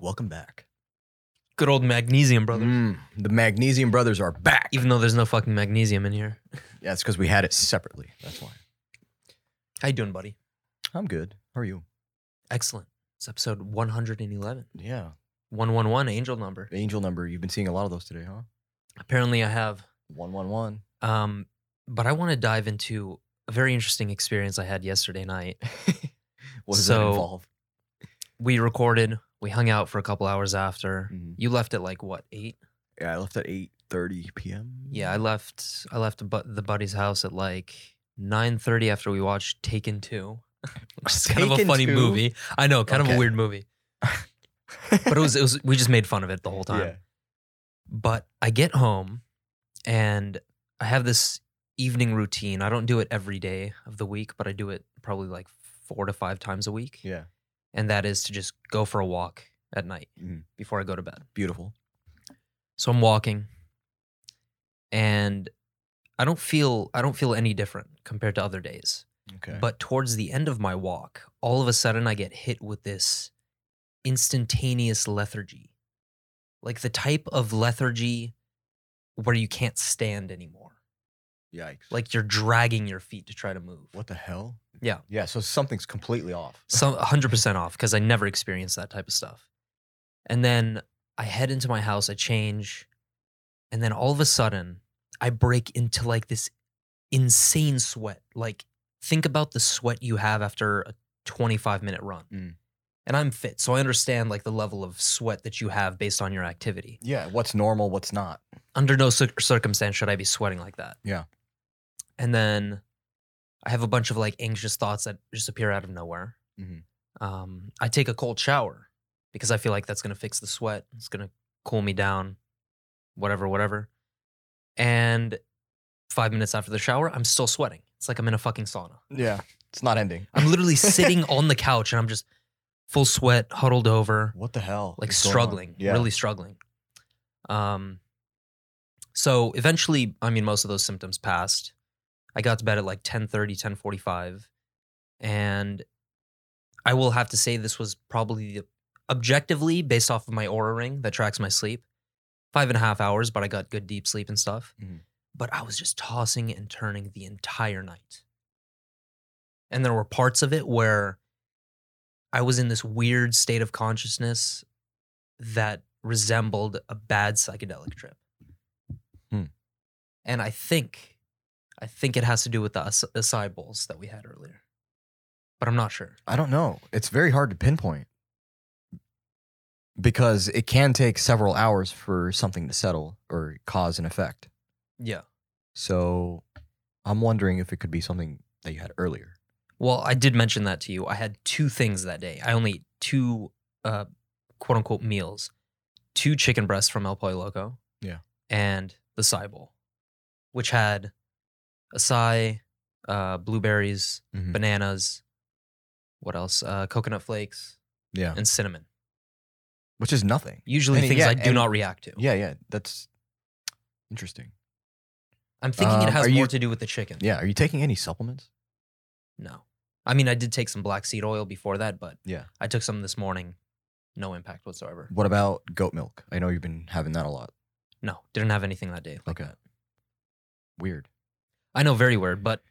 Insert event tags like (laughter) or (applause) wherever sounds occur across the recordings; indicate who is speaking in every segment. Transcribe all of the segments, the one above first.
Speaker 1: welcome back.
Speaker 2: Good old magnesium, brothers.
Speaker 1: Mm, the Magnesium Brothers are back.
Speaker 2: Even though there's no fucking magnesium in here.
Speaker 1: yeah, it's because we had it separately. That's why.
Speaker 2: How you doing, buddy?
Speaker 1: I'm good. How are you?
Speaker 2: Excellent. It's episode 111.
Speaker 1: Yeah.
Speaker 2: 111 angel number.
Speaker 1: Angel number. You've been seeing a lot of those today, huh?
Speaker 2: Apparently I have.
Speaker 1: One one one.
Speaker 2: Um, but I want to dive into a very interesting experience I had
Speaker 1: (laughs)
Speaker 2: yesterday night.
Speaker 1: What does that
Speaker 2: So-
Speaker 1: involve?
Speaker 2: we recorded, we hung out for a couple hours after.
Speaker 1: Mhm.
Speaker 2: You left at like what, 8?
Speaker 1: Yeah, I left at eight thirty p.m.
Speaker 2: Yeah, I left I left the bu- the buddy's house at like 9:30 after we watched Taken 2. (laughs) Which is kind of a
Speaker 1: Taken
Speaker 2: funny
Speaker 1: 2?
Speaker 2: movie. I know, kind of
Speaker 1: Okay.
Speaker 2: a weird movie. but it was (laughs) it was we just made fun of it the whole time.
Speaker 1: (laughs) Yeah.
Speaker 2: But I get home and I have this evening routine. I don't do it every day of the week, but I do it probably like 4 to 5 times a week.
Speaker 1: Yeah.
Speaker 2: And that is to just go for a walk at night
Speaker 1: Mhm.
Speaker 2: before I go to bed.
Speaker 1: Beautiful.
Speaker 2: So I'm walking and I don't feel I don't feel any different compared to other days.
Speaker 1: Okay.
Speaker 2: But towards the end of my walk, all of a sudden I get hit with this instantaneous lethargy. Like the type of lethargy where you can't stand anymore.
Speaker 1: yikes.
Speaker 2: Like you're dragging your feet to try to move.
Speaker 1: what the hell?
Speaker 2: Yeah.
Speaker 1: Yeah. So something's completely off.
Speaker 2: Some 100% off because I never experienced that type of stuff. And then I head into my house, I change, and then all of a sudden I break into like this insane sweat. Like, think about the sweat you have after a 25 minute run.
Speaker 1: Mm.
Speaker 2: And I'm fit, so I understand like the level of sweat that you have based on your activity.
Speaker 1: Yeah. What's normal? What's not?
Speaker 2: Under no cir- circumstance should I be sweating like that.
Speaker 1: Yeah.
Speaker 2: And then I have a bunch of like anxious thoughts that just appear out of nowhere.
Speaker 1: Mhm.
Speaker 2: Um, I take a cold shower because I feel like that's going to fix the sweat. It's going to cool me down, whatever, whatever. And five minutes after the shower, I'm still sweating. It's like I'm in a fucking sauna.
Speaker 1: Yeah. It's not ending.
Speaker 2: I'm literally sitting on the couch and I'm just full sweat, huddled over
Speaker 1: What the hell?
Speaker 2: like
Speaker 1: is going on?
Speaker 2: struggling,
Speaker 1: Yeah.
Speaker 2: really struggling. Um, so eventually, I mean, most of those symptoms passed. I got to bed at like 1030, 1045. And I will have to say this was probably the, objectively based off of my aura ring that tracks my sleep, five and a half hours, but I got good deep sleep and stuff.
Speaker 1: Mhm.
Speaker 2: But I was just tossing and turning the entire night. And there were parts of it where I was in this weird state of consciousness that resembled a bad psychedelic trip.
Speaker 1: Hmm.
Speaker 2: And I think, I think it has to do with the ac- acai bowls that we had earlier, but I'm not sure.
Speaker 1: I don't know. It's very hard to pinpoint because it can take several hours for something to settle or cause an effect.
Speaker 2: Yeah.
Speaker 1: So I'm wondering if it could be something that you had earlier.
Speaker 2: Well, I did mention that to you. I had two things that day. I only ate two, uh, quote unquote, meals: two chicken breasts from El Pollo Loco,
Speaker 1: Yeah.
Speaker 2: and the acai bowl, which had acai, uh, blueberries,
Speaker 1: Mhm.
Speaker 2: bananas, what else? Uh, coconut flakes
Speaker 1: Yeah.
Speaker 2: and cinnamon.
Speaker 1: Which is nothing.
Speaker 2: Usually
Speaker 1: And,
Speaker 2: things
Speaker 1: yeah,
Speaker 2: I do
Speaker 1: and-
Speaker 2: not react to.
Speaker 1: Yeah, yeah. That's interesting.
Speaker 2: I'm thinking
Speaker 1: Um,
Speaker 2: it has
Speaker 1: are
Speaker 2: more
Speaker 1: you-
Speaker 2: to do with the chicken.
Speaker 1: Yeah. Are you taking any supplements?
Speaker 2: No. I mean, I did take some black seed oil before that, but
Speaker 1: Yeah.
Speaker 2: I took some this morning. No impact whatsoever.
Speaker 1: What about goat milk? I know you've been having that a lot.
Speaker 2: No, didn't have anything that day.
Speaker 1: Okay. Weird.
Speaker 2: I know very weird, but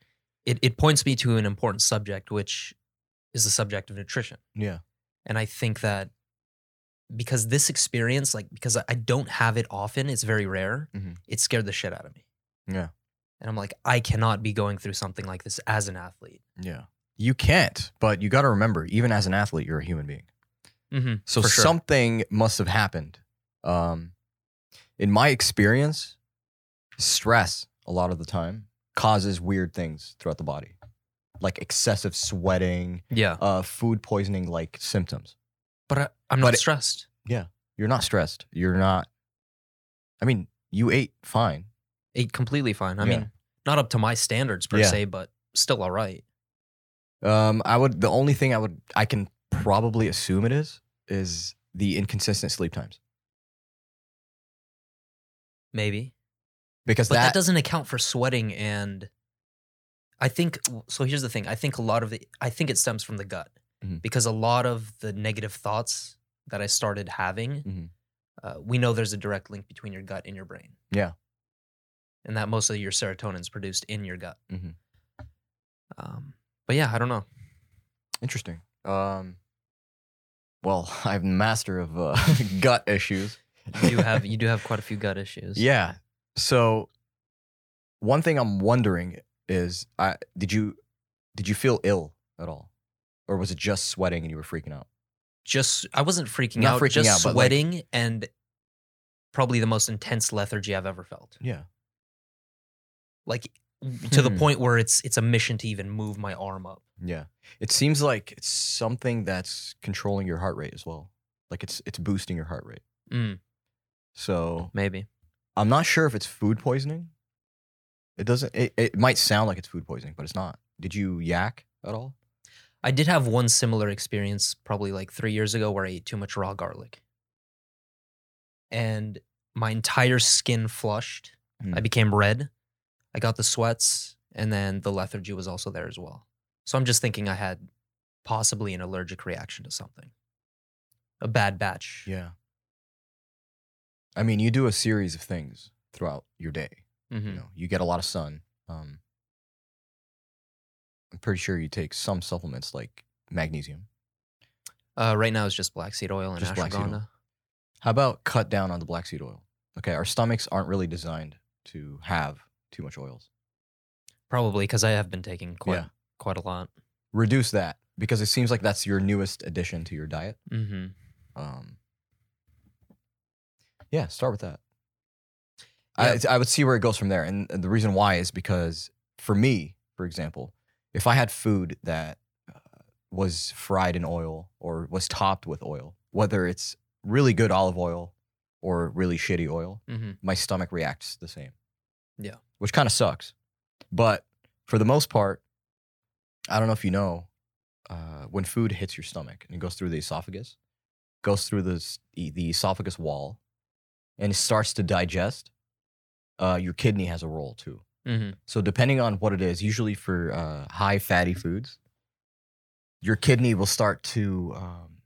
Speaker 2: it, it points me to an important subject, which is the subject of nutrition.
Speaker 1: Yeah.
Speaker 2: And I think that because this experience, like, because I I don't have it often, it's very rare,
Speaker 1: Mhm.
Speaker 2: it scared the shit out of me.
Speaker 1: Yeah.
Speaker 2: And I'm like, I cannot be going through something like this as an athlete.
Speaker 1: Yeah. You can't, but you got to remember, even as an athlete, you're a human being.
Speaker 2: Mm-hmm.
Speaker 1: So
Speaker 2: For sure.
Speaker 1: something must have happened. Um, in my experience, stress a lot of the time causes weird things throughout the body, like excessive sweating,
Speaker 2: Yeah.
Speaker 1: uh, food poisoning like symptoms.
Speaker 2: But I, I'm not
Speaker 1: But it-
Speaker 2: stressed.
Speaker 1: You're not stressed. You're not, I mean, you ate fine.
Speaker 2: Ate Eh, completely fine. I
Speaker 1: Yeah.
Speaker 2: mean, not up to my standards per
Speaker 1: Yeah.
Speaker 2: se, but still all right.
Speaker 1: Um, I would, the only thing I would, I can probably assume it is, is the inconsistent sleep times
Speaker 2: Maybe.
Speaker 1: because
Speaker 2: But that,
Speaker 1: that,
Speaker 2: doesn't account for sweating and I think so here's the thing. I think a lot of the I think it stems from the gut
Speaker 1: Mhm.
Speaker 2: because a lot of the negative thoughts that I started having,
Speaker 1: Mhm.
Speaker 2: uh, we know there's a direct link between your gut and your brain.
Speaker 1: Yeah.
Speaker 2: And that most of your serotonin is produced in your gut.
Speaker 1: Mhm.
Speaker 2: Um, but yeah, I don't know.
Speaker 1: Interesting. Um, well, (laughs) I'm master of uh, (laughs) gut issues.
Speaker 2: (laughs) You
Speaker 1: (laughs)
Speaker 2: do have you do have quite a few gut issues.
Speaker 1: Yeah. So one thing I'm wondering is, I, did you did you feel ill at all, or was it just sweating and you were freaking out?
Speaker 2: Just I wasn't freaking
Speaker 1: Not
Speaker 2: out,
Speaker 1: freaking
Speaker 2: just
Speaker 1: out, but, like-
Speaker 2: sweating and probably the most intense lethargy I've ever felt.
Speaker 1: Yeah.
Speaker 2: Like to the
Speaker 1: Hmm.
Speaker 2: point where it's it's a mission to even move my arm up.
Speaker 1: Yeah. It seems like it's something that's controlling your heart rate as well. Like it's it's boosting your heart rate.
Speaker 2: Mm,
Speaker 1: So
Speaker 2: maybe.
Speaker 1: I'm not sure if it's food poisoning. It doesn't. It, it might sound like it's food poisoning, but it's not. Did you yak at all?
Speaker 2: I did have one similar experience probably like three years ago where I ate too much raw garlic. And my entire skin flushed. I
Speaker 1: Mm.
Speaker 2: became red. I got the sweats, and then the lethargy was also there as well. So I'm just thinking I had possibly an allergic reaction to something. A bad batch.
Speaker 1: Yeah. I mean, you do a series of things throughout your day.
Speaker 2: hmm
Speaker 1: You know, you get a lot of sun. Um, I'm pretty sure you take some supplements like magnesium.
Speaker 2: Uh, right now it's just black seed oil and
Speaker 1: Just black seed oil.
Speaker 2: ashwagandha.
Speaker 1: How about cut down on the black seed oil? Okay, our stomachs aren't really designed to have too much oils.
Speaker 2: Probably because I have been taking quite
Speaker 1: Yeah.
Speaker 2: quite a lot.
Speaker 1: Reduce that because it seems like that's your newest addition to your diet.
Speaker 2: hmm
Speaker 1: Um, yeah, start with that.
Speaker 2: Yeah.
Speaker 1: I, I would see where it goes from there. And the reason why is because for me, for example, if I had food that uh, was fried in oil or was topped with oil, whether it's really good olive oil or really shitty oil,
Speaker 2: hmm
Speaker 1: my stomach reacts the same.
Speaker 2: Yeah.
Speaker 1: Which kind of sucks. But for the most part, I don't know if you know, uh, when food hits your stomach and it goes through the esophagus, goes through the, s- e- the esophagus wall, and it starts to digest, uh, your kidney has a role too.
Speaker 2: hmm
Speaker 1: So depending on what it is, usually for uh, high fatty foods, your kidney will start to um,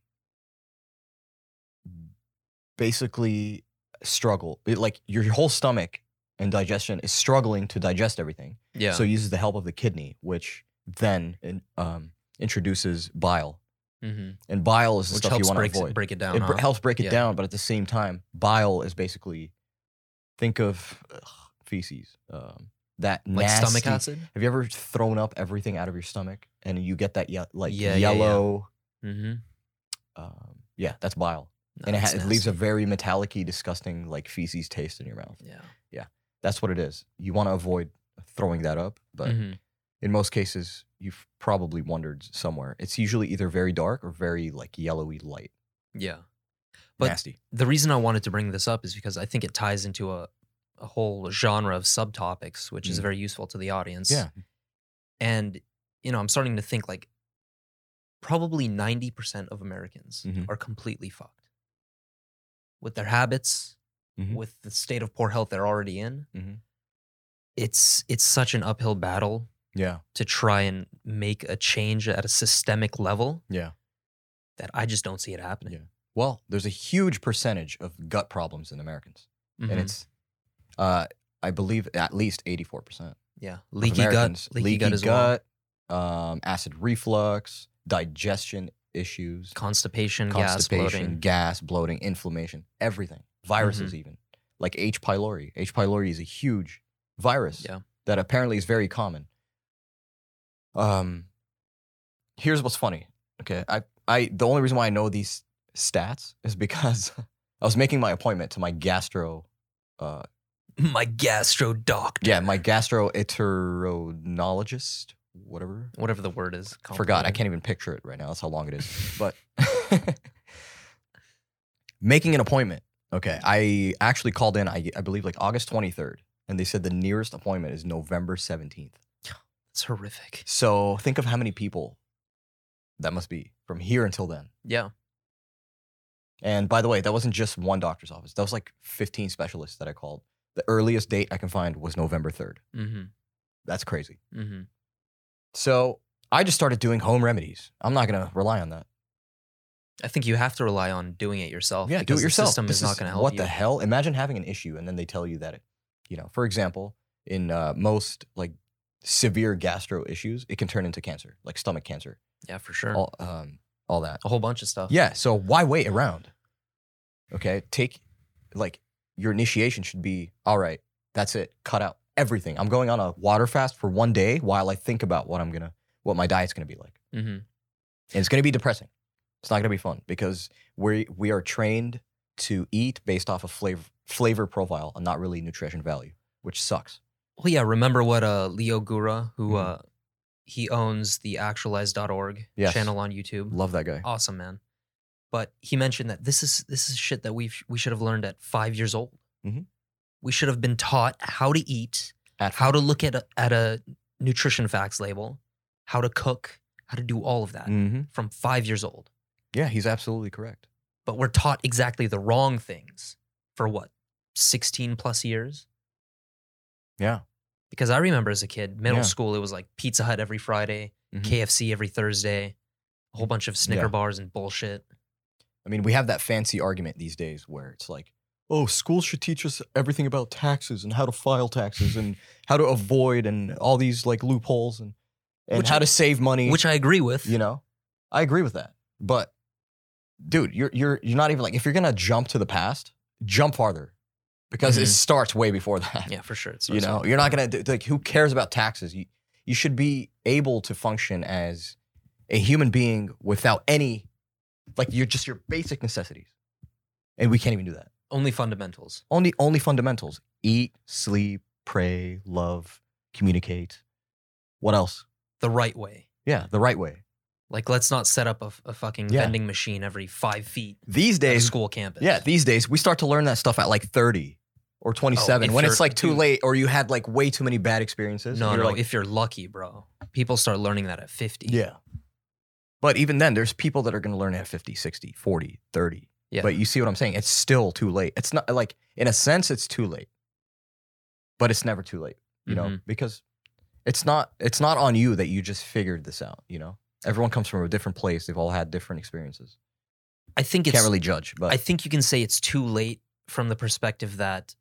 Speaker 1: basically struggle. It, like your whole stomach and digestion is struggling to digest everything.
Speaker 2: Yeah.
Speaker 1: So it uses the help of the kidney, which then in- um, introduces bile.
Speaker 2: hmm
Speaker 1: And bile is the
Speaker 2: Which
Speaker 1: stuff you
Speaker 2: helps
Speaker 1: want to
Speaker 2: break,
Speaker 1: avoid.
Speaker 2: break it down.
Speaker 1: it br-
Speaker 2: huh?
Speaker 1: helps break it
Speaker 2: Yeah.
Speaker 1: down, but at the same time, bile is basically think of ugh, feces. Um, that
Speaker 2: like
Speaker 1: nasty,
Speaker 2: stomach acid.
Speaker 1: have you ever thrown up everything out of your stomach and you get that ye- like
Speaker 2: Yeah, yeah, yeah.
Speaker 1: yellow?
Speaker 2: Mm-hmm.
Speaker 1: Yeah. Um, yeah, that's bile, and it, ha- it leaves a very metallic-y, disgusting, like feces taste in your mouth.
Speaker 2: Yeah.
Speaker 1: That's what it is. You want to avoid throwing that up, but
Speaker 2: Mhm.
Speaker 1: in most cases, you've probably wondered somewhere. It's usually either very dark or very like yellowy light.
Speaker 2: Yeah. But-
Speaker 1: Nasty.
Speaker 2: the reason I wanted to bring this up is because I think it ties into a, a whole genre of subtopics, which is
Speaker 1: Mm.
Speaker 2: very useful to the audience.
Speaker 1: Yeah.
Speaker 2: And, you know, I'm starting to think like probably 90% of Americans
Speaker 1: Mhm.
Speaker 2: are completely fucked with their habits,
Speaker 1: Mhm.
Speaker 2: with the state of poor health they're already in.
Speaker 1: Mhm.
Speaker 2: It's it's such an uphill battle
Speaker 1: Yeah.
Speaker 2: to try and make a change at a systemic level
Speaker 1: Yeah.
Speaker 2: that I just don't see it happening.
Speaker 1: Well, there's a huge percentage of gut problems in Americans,
Speaker 2: Mhm.
Speaker 1: and it's, uh, I believe, at least eighty-four percent.
Speaker 2: yeah,
Speaker 1: of
Speaker 2: leaky gut,
Speaker 1: Americans.
Speaker 2: leaky, gut as well.
Speaker 1: gut, um, acid reflux, digestion issues,
Speaker 2: constipation, gas,
Speaker 1: constipation,
Speaker 2: bloating. Mm-hmm.
Speaker 1: gas, bloating, inflammation, everything, viruses even, like H. pylori. H. pylori is a huge virus
Speaker 2: Yeah.
Speaker 1: that apparently is very common. Um, here's what's funny. Okay, I, I, the only reason why I know these stats is because (laughs) I was making my appointment to my gastro. Uh,
Speaker 2: (laughs) My gastro doctor.
Speaker 1: yeah, my gastroenterologist, whatever
Speaker 2: Whatever the word is.
Speaker 1: forgot. I
Speaker 2: complicated.
Speaker 1: can't even picture it right now. That's how long it is. But (laughs) making an appointment. Okay. I actually called in, I, I believe, like August 23rd, and they said the nearest appointment is November 17th.
Speaker 2: (laughs) It's horrific.
Speaker 1: So think of how many people that must be from here until then.
Speaker 2: Yeah.
Speaker 1: And by the way, that wasn't just one doctor's office, that was like 15 specialists that I called. The earliest date I can find was November 3rd.
Speaker 2: Mm-hmm.
Speaker 1: That's crazy.
Speaker 2: Mm-hmm.
Speaker 1: So I just started doing home remedies. I'm not going to rely on that.
Speaker 2: I think you have to rely on doing it yourself.
Speaker 1: Yeah, do
Speaker 2: because
Speaker 1: it
Speaker 2: the
Speaker 1: yourself.
Speaker 2: system
Speaker 1: This
Speaker 2: is not going to help
Speaker 1: What
Speaker 2: you.
Speaker 1: the hell? Imagine having an issue and then they tell you that it, you know, for example, in uh, most like severe gastro issues, it can turn into cancer, like stomach cancer,
Speaker 2: Yeah, for sure.
Speaker 1: all um, all that.
Speaker 2: a whole bunch of stuff.
Speaker 1: Yeah. So why wait around? Okay. Take like your initiation should be all right. That's it. Cut out everything. I'm going on a water fast for one day while I think about what I'm gonna, what my diet's gonna be like.
Speaker 2: Mm-hmm.
Speaker 1: And it's going to be depressing. It's not going to be fun because we we are trained to eat based off of flavor flavor profile and not really nutrition value, which sucks.
Speaker 2: Well, yeah. Remember what uh, Leo Gura, who
Speaker 1: Mhm.
Speaker 2: uh, he owns the Actualize.org
Speaker 1: Yes.
Speaker 2: channel on YouTube.
Speaker 1: Love that guy.
Speaker 2: Awesome, man. But he mentioned that this is this is shit that we we should have learned at five years old.
Speaker 1: Mhm.
Speaker 2: We should have been taught how to eat,
Speaker 1: At
Speaker 2: how to look at a, at a nutrition facts label, how to cook, how to do all of that
Speaker 1: Mhm.
Speaker 2: from five years old.
Speaker 1: Yeah, he's absolutely correct.
Speaker 2: But we're taught exactly the wrong things for what sixteen plus years.
Speaker 1: Yeah.
Speaker 2: Because I remember as a kid, middle
Speaker 1: Yeah.
Speaker 2: school, it was like Pizza Hut every Friday,
Speaker 1: Mhm.
Speaker 2: KFC every Thursday, a whole bunch of Snicker
Speaker 1: Mm. Yeah.
Speaker 2: bars and bullshit.
Speaker 1: I mean, we have that fancy argument these days where it's like, oh, schools should teach us everything about taxes and how to file taxes and how to avoid and all these like loopholes and and
Speaker 2: Which
Speaker 1: how
Speaker 2: I-
Speaker 1: to save money.
Speaker 2: Which I agree with.
Speaker 1: You know, I agree with that. But dude, you're you're you're not even like if you're gonna jump to the past, jump farther because it
Speaker 2: Mhm.
Speaker 1: starts way before that.
Speaker 2: Yeah, for sure. It's
Speaker 1: you know, you're not gonna do, like who cares about taxes? You you should be able to function as a human being without any like you're just your basic necessities, and we can't even do that.
Speaker 2: only fundamentals.
Speaker 1: Only only fundamentals: eat, sleep, pray, love, communicate. What else?
Speaker 2: The right way.
Speaker 1: Yeah, the right way.
Speaker 2: Like, let's not set up a, f- a fucking
Speaker 1: Yeah.
Speaker 2: vending machine every five feet
Speaker 1: These
Speaker 2: at a
Speaker 1: days,
Speaker 2: school campus.
Speaker 1: Yeah, these days we start to learn that stuff at like 30 or 27
Speaker 2: Oh, if
Speaker 1: when
Speaker 2: you're-
Speaker 1: it's like too
Speaker 2: dude.
Speaker 1: late or you had like way too many bad experiences.
Speaker 2: no,
Speaker 1: and
Speaker 2: no.
Speaker 1: you're like,
Speaker 2: if you're lucky, bro, people start learning that at 50.
Speaker 1: yeah. But even then, there's people that are going to learn at 50, 60, 40, 30.
Speaker 2: Yeah.
Speaker 1: But you see what I'm saying? It's still too late. It's not like, in a sense, it's too late, but it's never too late, you know,
Speaker 2: Mhm.
Speaker 1: because it's not, it's not on you that you just figured this out, you know? Everyone comes from a different place. They've all had different experiences.
Speaker 2: I think
Speaker 1: You
Speaker 2: it's.
Speaker 1: can't really judge, but
Speaker 2: I think you can say it's too late from the perspective that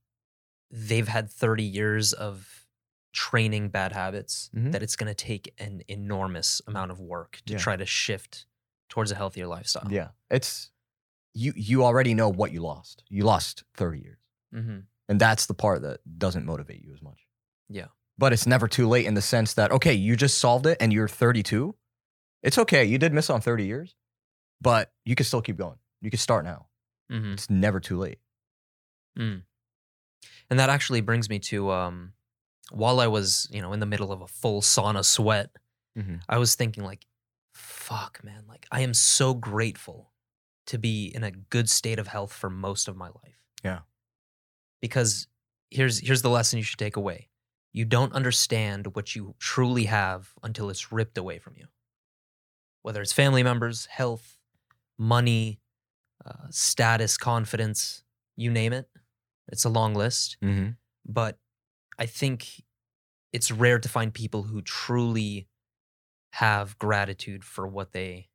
Speaker 2: they've had 30 years of training bad habits
Speaker 1: Mhm.
Speaker 2: that it's going to take an enormous amount of work to
Speaker 1: Yeah.
Speaker 2: try to shift towards a healthier lifestyle.
Speaker 1: yeah, it's, you, you already know what you lost. You lost 30 years.
Speaker 2: hmm
Speaker 1: And that's the part that doesn't motivate you as much.
Speaker 2: Yeah.
Speaker 1: But it's never too late in the sense that, okay, you just solved it and you're 32. It's okay. You did miss on 30 years, but you can still keep going. You can start now.
Speaker 2: hmm
Speaker 1: It's never too late.
Speaker 2: And that actually brings me to um, while I was, you know, in the middle of a full sauna sweat,
Speaker 1: Mhm.
Speaker 2: I was thinking like, fuck, man, like I am so grateful to be in a good state of health for most of my life.
Speaker 1: Yeah.
Speaker 2: Because here's here's the lesson you should take away. You don't understand what you truly have until it's ripped away from you. Whether it's family members, health, money, uh, status, confidence, you name it. It's a long list
Speaker 1: Mm-hmm.
Speaker 2: but I think it's rare to find people who truly have gratitude for what they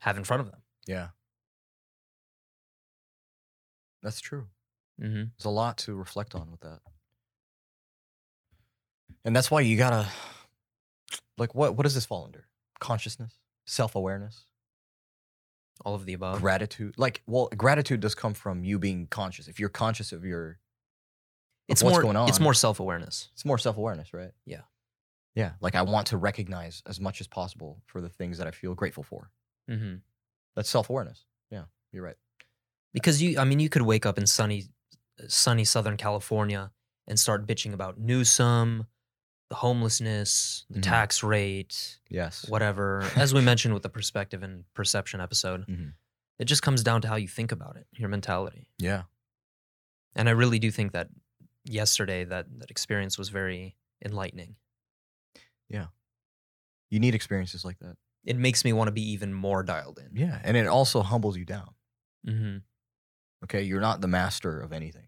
Speaker 2: have in front of them.
Speaker 1: Yeah. That's true.
Speaker 2: Mm-hmm.
Speaker 1: There's a lot to reflect on with that. And that's why you gotta, like, what, what does this fall under? Consciousness, self awareness,
Speaker 2: All of the above.
Speaker 1: gratitude. Like, well, gratitude does come from you being conscious. If you're conscious of your
Speaker 2: it's
Speaker 1: what's
Speaker 2: more.
Speaker 1: going
Speaker 2: It's
Speaker 1: on.
Speaker 2: more self awareness.
Speaker 1: it's more self awareness, right?
Speaker 2: Yeah.
Speaker 1: Yeah. Like I want to recognize as much as possible for the things that I feel grateful for.
Speaker 2: Mm-hmm.
Speaker 1: That's self awareness. Yeah. You're right.
Speaker 2: Because you, I mean, you could wake up in sunny, uh, sunny Southern California and start bitching about Newsom, the homelessness, the
Speaker 1: Mhm.
Speaker 2: tax rate,
Speaker 1: Yes. (laughs)
Speaker 2: whatever. As we mentioned with the perspective and perception episode,
Speaker 1: Mhm.
Speaker 2: it just comes down to how you think about it, your mentality.
Speaker 1: Yeah.
Speaker 2: and I really do think that yesterday that that experience was very enlightening.
Speaker 1: You need experiences like that.
Speaker 2: It makes me want to be even more dialed in.
Speaker 1: Yeah. And it also humbles you down.
Speaker 2: Mm-hmm.
Speaker 1: Okay. You're not the master of anything.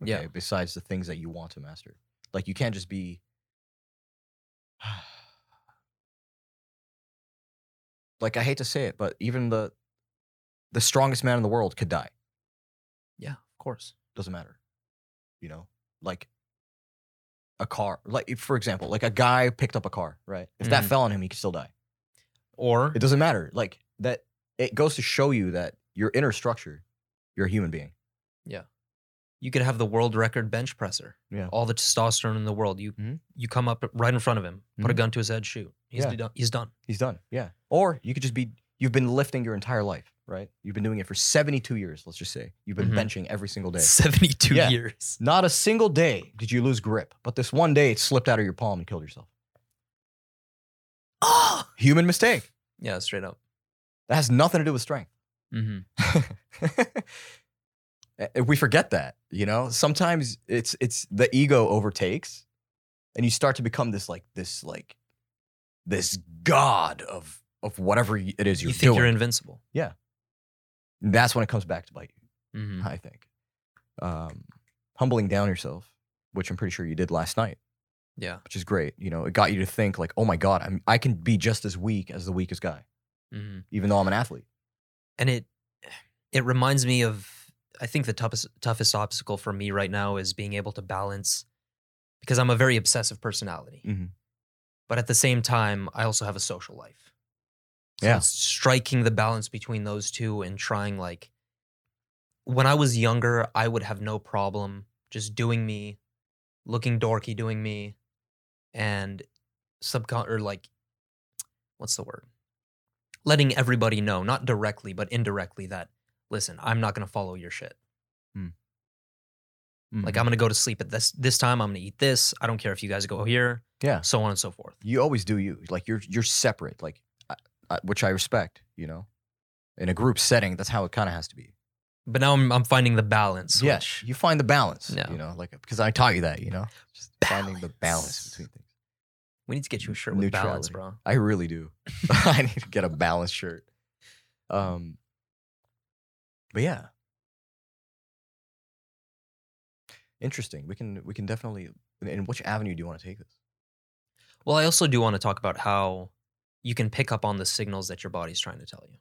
Speaker 1: Okay.
Speaker 2: Yeah.
Speaker 1: Besides the things that you want to master. Like you can't just be. (sighs) Like I hate to say it, but even the the strongest man in the world could die.
Speaker 2: Yeah, of course.
Speaker 1: Doesn't matter. You know, like a car, like for example, like a guy picked up a car, right? If that
Speaker 2: Mhm.
Speaker 1: fell on him, he could still die.
Speaker 2: Or
Speaker 1: It doesn't matter. Like that, it goes to show you that your inner structure, you're a human being.
Speaker 2: you could have the world record bench presser.
Speaker 1: Yeah.
Speaker 2: All the testosterone in the world. You
Speaker 1: Mhm.
Speaker 2: you come up right in front of him, put a
Speaker 1: Mhm.
Speaker 2: gun to his head, shoot. He's
Speaker 1: Yeah.
Speaker 2: done. He's done.
Speaker 1: He's done. Yeah. Or you could just be, you've been lifting your entire life, right? You've been doing it for 72 years, let's just say. You've been
Speaker 2: Mhm.
Speaker 1: benching every single
Speaker 2: (laughs)
Speaker 1: day.
Speaker 2: 72
Speaker 1: Yeah.
Speaker 2: years.
Speaker 1: Not a single day did you lose grip, but this one day it slipped out of your palm and killed
Speaker 2: (gasps)
Speaker 1: yourself.
Speaker 2: Oh!
Speaker 1: Human mistake.
Speaker 2: Yeah, straight up.
Speaker 1: That has nothing to do with strength. (laughs)
Speaker 2: Mm-hmm.
Speaker 1: Eh, we forget that, you know? Sometimes it's it's the ego overtakes and you start to become this like this like this god of of whatever it is
Speaker 2: You
Speaker 1: you're
Speaker 2: think
Speaker 1: doing.
Speaker 2: you're invincible.
Speaker 1: That's when it comes back to bite you.
Speaker 2: Mm-hmm.
Speaker 1: I think. Um, humbling down yourself, which I'm pretty sure you did last night,
Speaker 2: Yeah.
Speaker 1: which is great. You know, it got you to think like, oh my god, I'm I can be just as weak as the weakest guy,
Speaker 2: Mm-hmm.
Speaker 1: even though I'm an athlete.
Speaker 2: and it it reminds me of I think the toughest toughest obstacle for me right now is being able to balance because I'm a very obsessive personality.
Speaker 1: Mhm.
Speaker 2: But at the same time, I also have a social life. So
Speaker 1: Yeah.
Speaker 2: it's striking the balance between those two and trying like when I was younger, I would have no problem just doing me, looking dorky doing me and subcon or like what's the word? letting everybody know, not directly, but indirectly, that listen, I'm not gonna follow your shit.
Speaker 1: Mm-hmm.
Speaker 2: Like I'm gonna go to sleep at this this time. I'm gonna eat this. I don't care if you guys go here.
Speaker 1: Yeah.
Speaker 2: So on and so forth.
Speaker 1: you always do you. Like you're you're separate. Like, I, I, which I respect. You know, in a group setting, that's how it kind of has to be.
Speaker 2: But now I'm I'm finding the balance.
Speaker 1: Yeah,
Speaker 2: which-
Speaker 1: you find the balance.
Speaker 2: Yeah.
Speaker 1: You know, like because I taught you that. You know, just finding the balance
Speaker 2: Balance.
Speaker 1: between things.
Speaker 2: we need to get you a shirt with balance,
Speaker 1: Neutrality.
Speaker 2: bro.
Speaker 1: I really do. (laughs) I need to get a balanced shirt. Um, but yeah, interesting. We can we can definitely. and- And which avenue do you want to take this?
Speaker 2: Well, I also do want to talk about how you can pick up on the signals that your body's trying to tell you.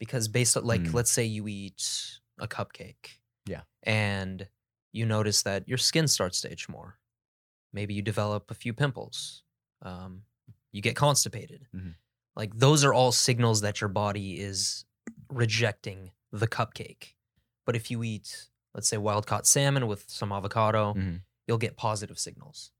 Speaker 2: Because based on, like,
Speaker 1: Mm.
Speaker 2: let's say you eat a cupcake.
Speaker 1: Yeah.
Speaker 2: And you notice that your skin starts to itch more. Maybe you develop a few pimples. Um, you get constipated.
Speaker 1: Mhm.
Speaker 2: Like, those are all signals that your body is rejecting the cupcake. But if you eat, let's say, wild caught salmon with some avocado,
Speaker 1: Mhm.
Speaker 2: you'll get positive signals.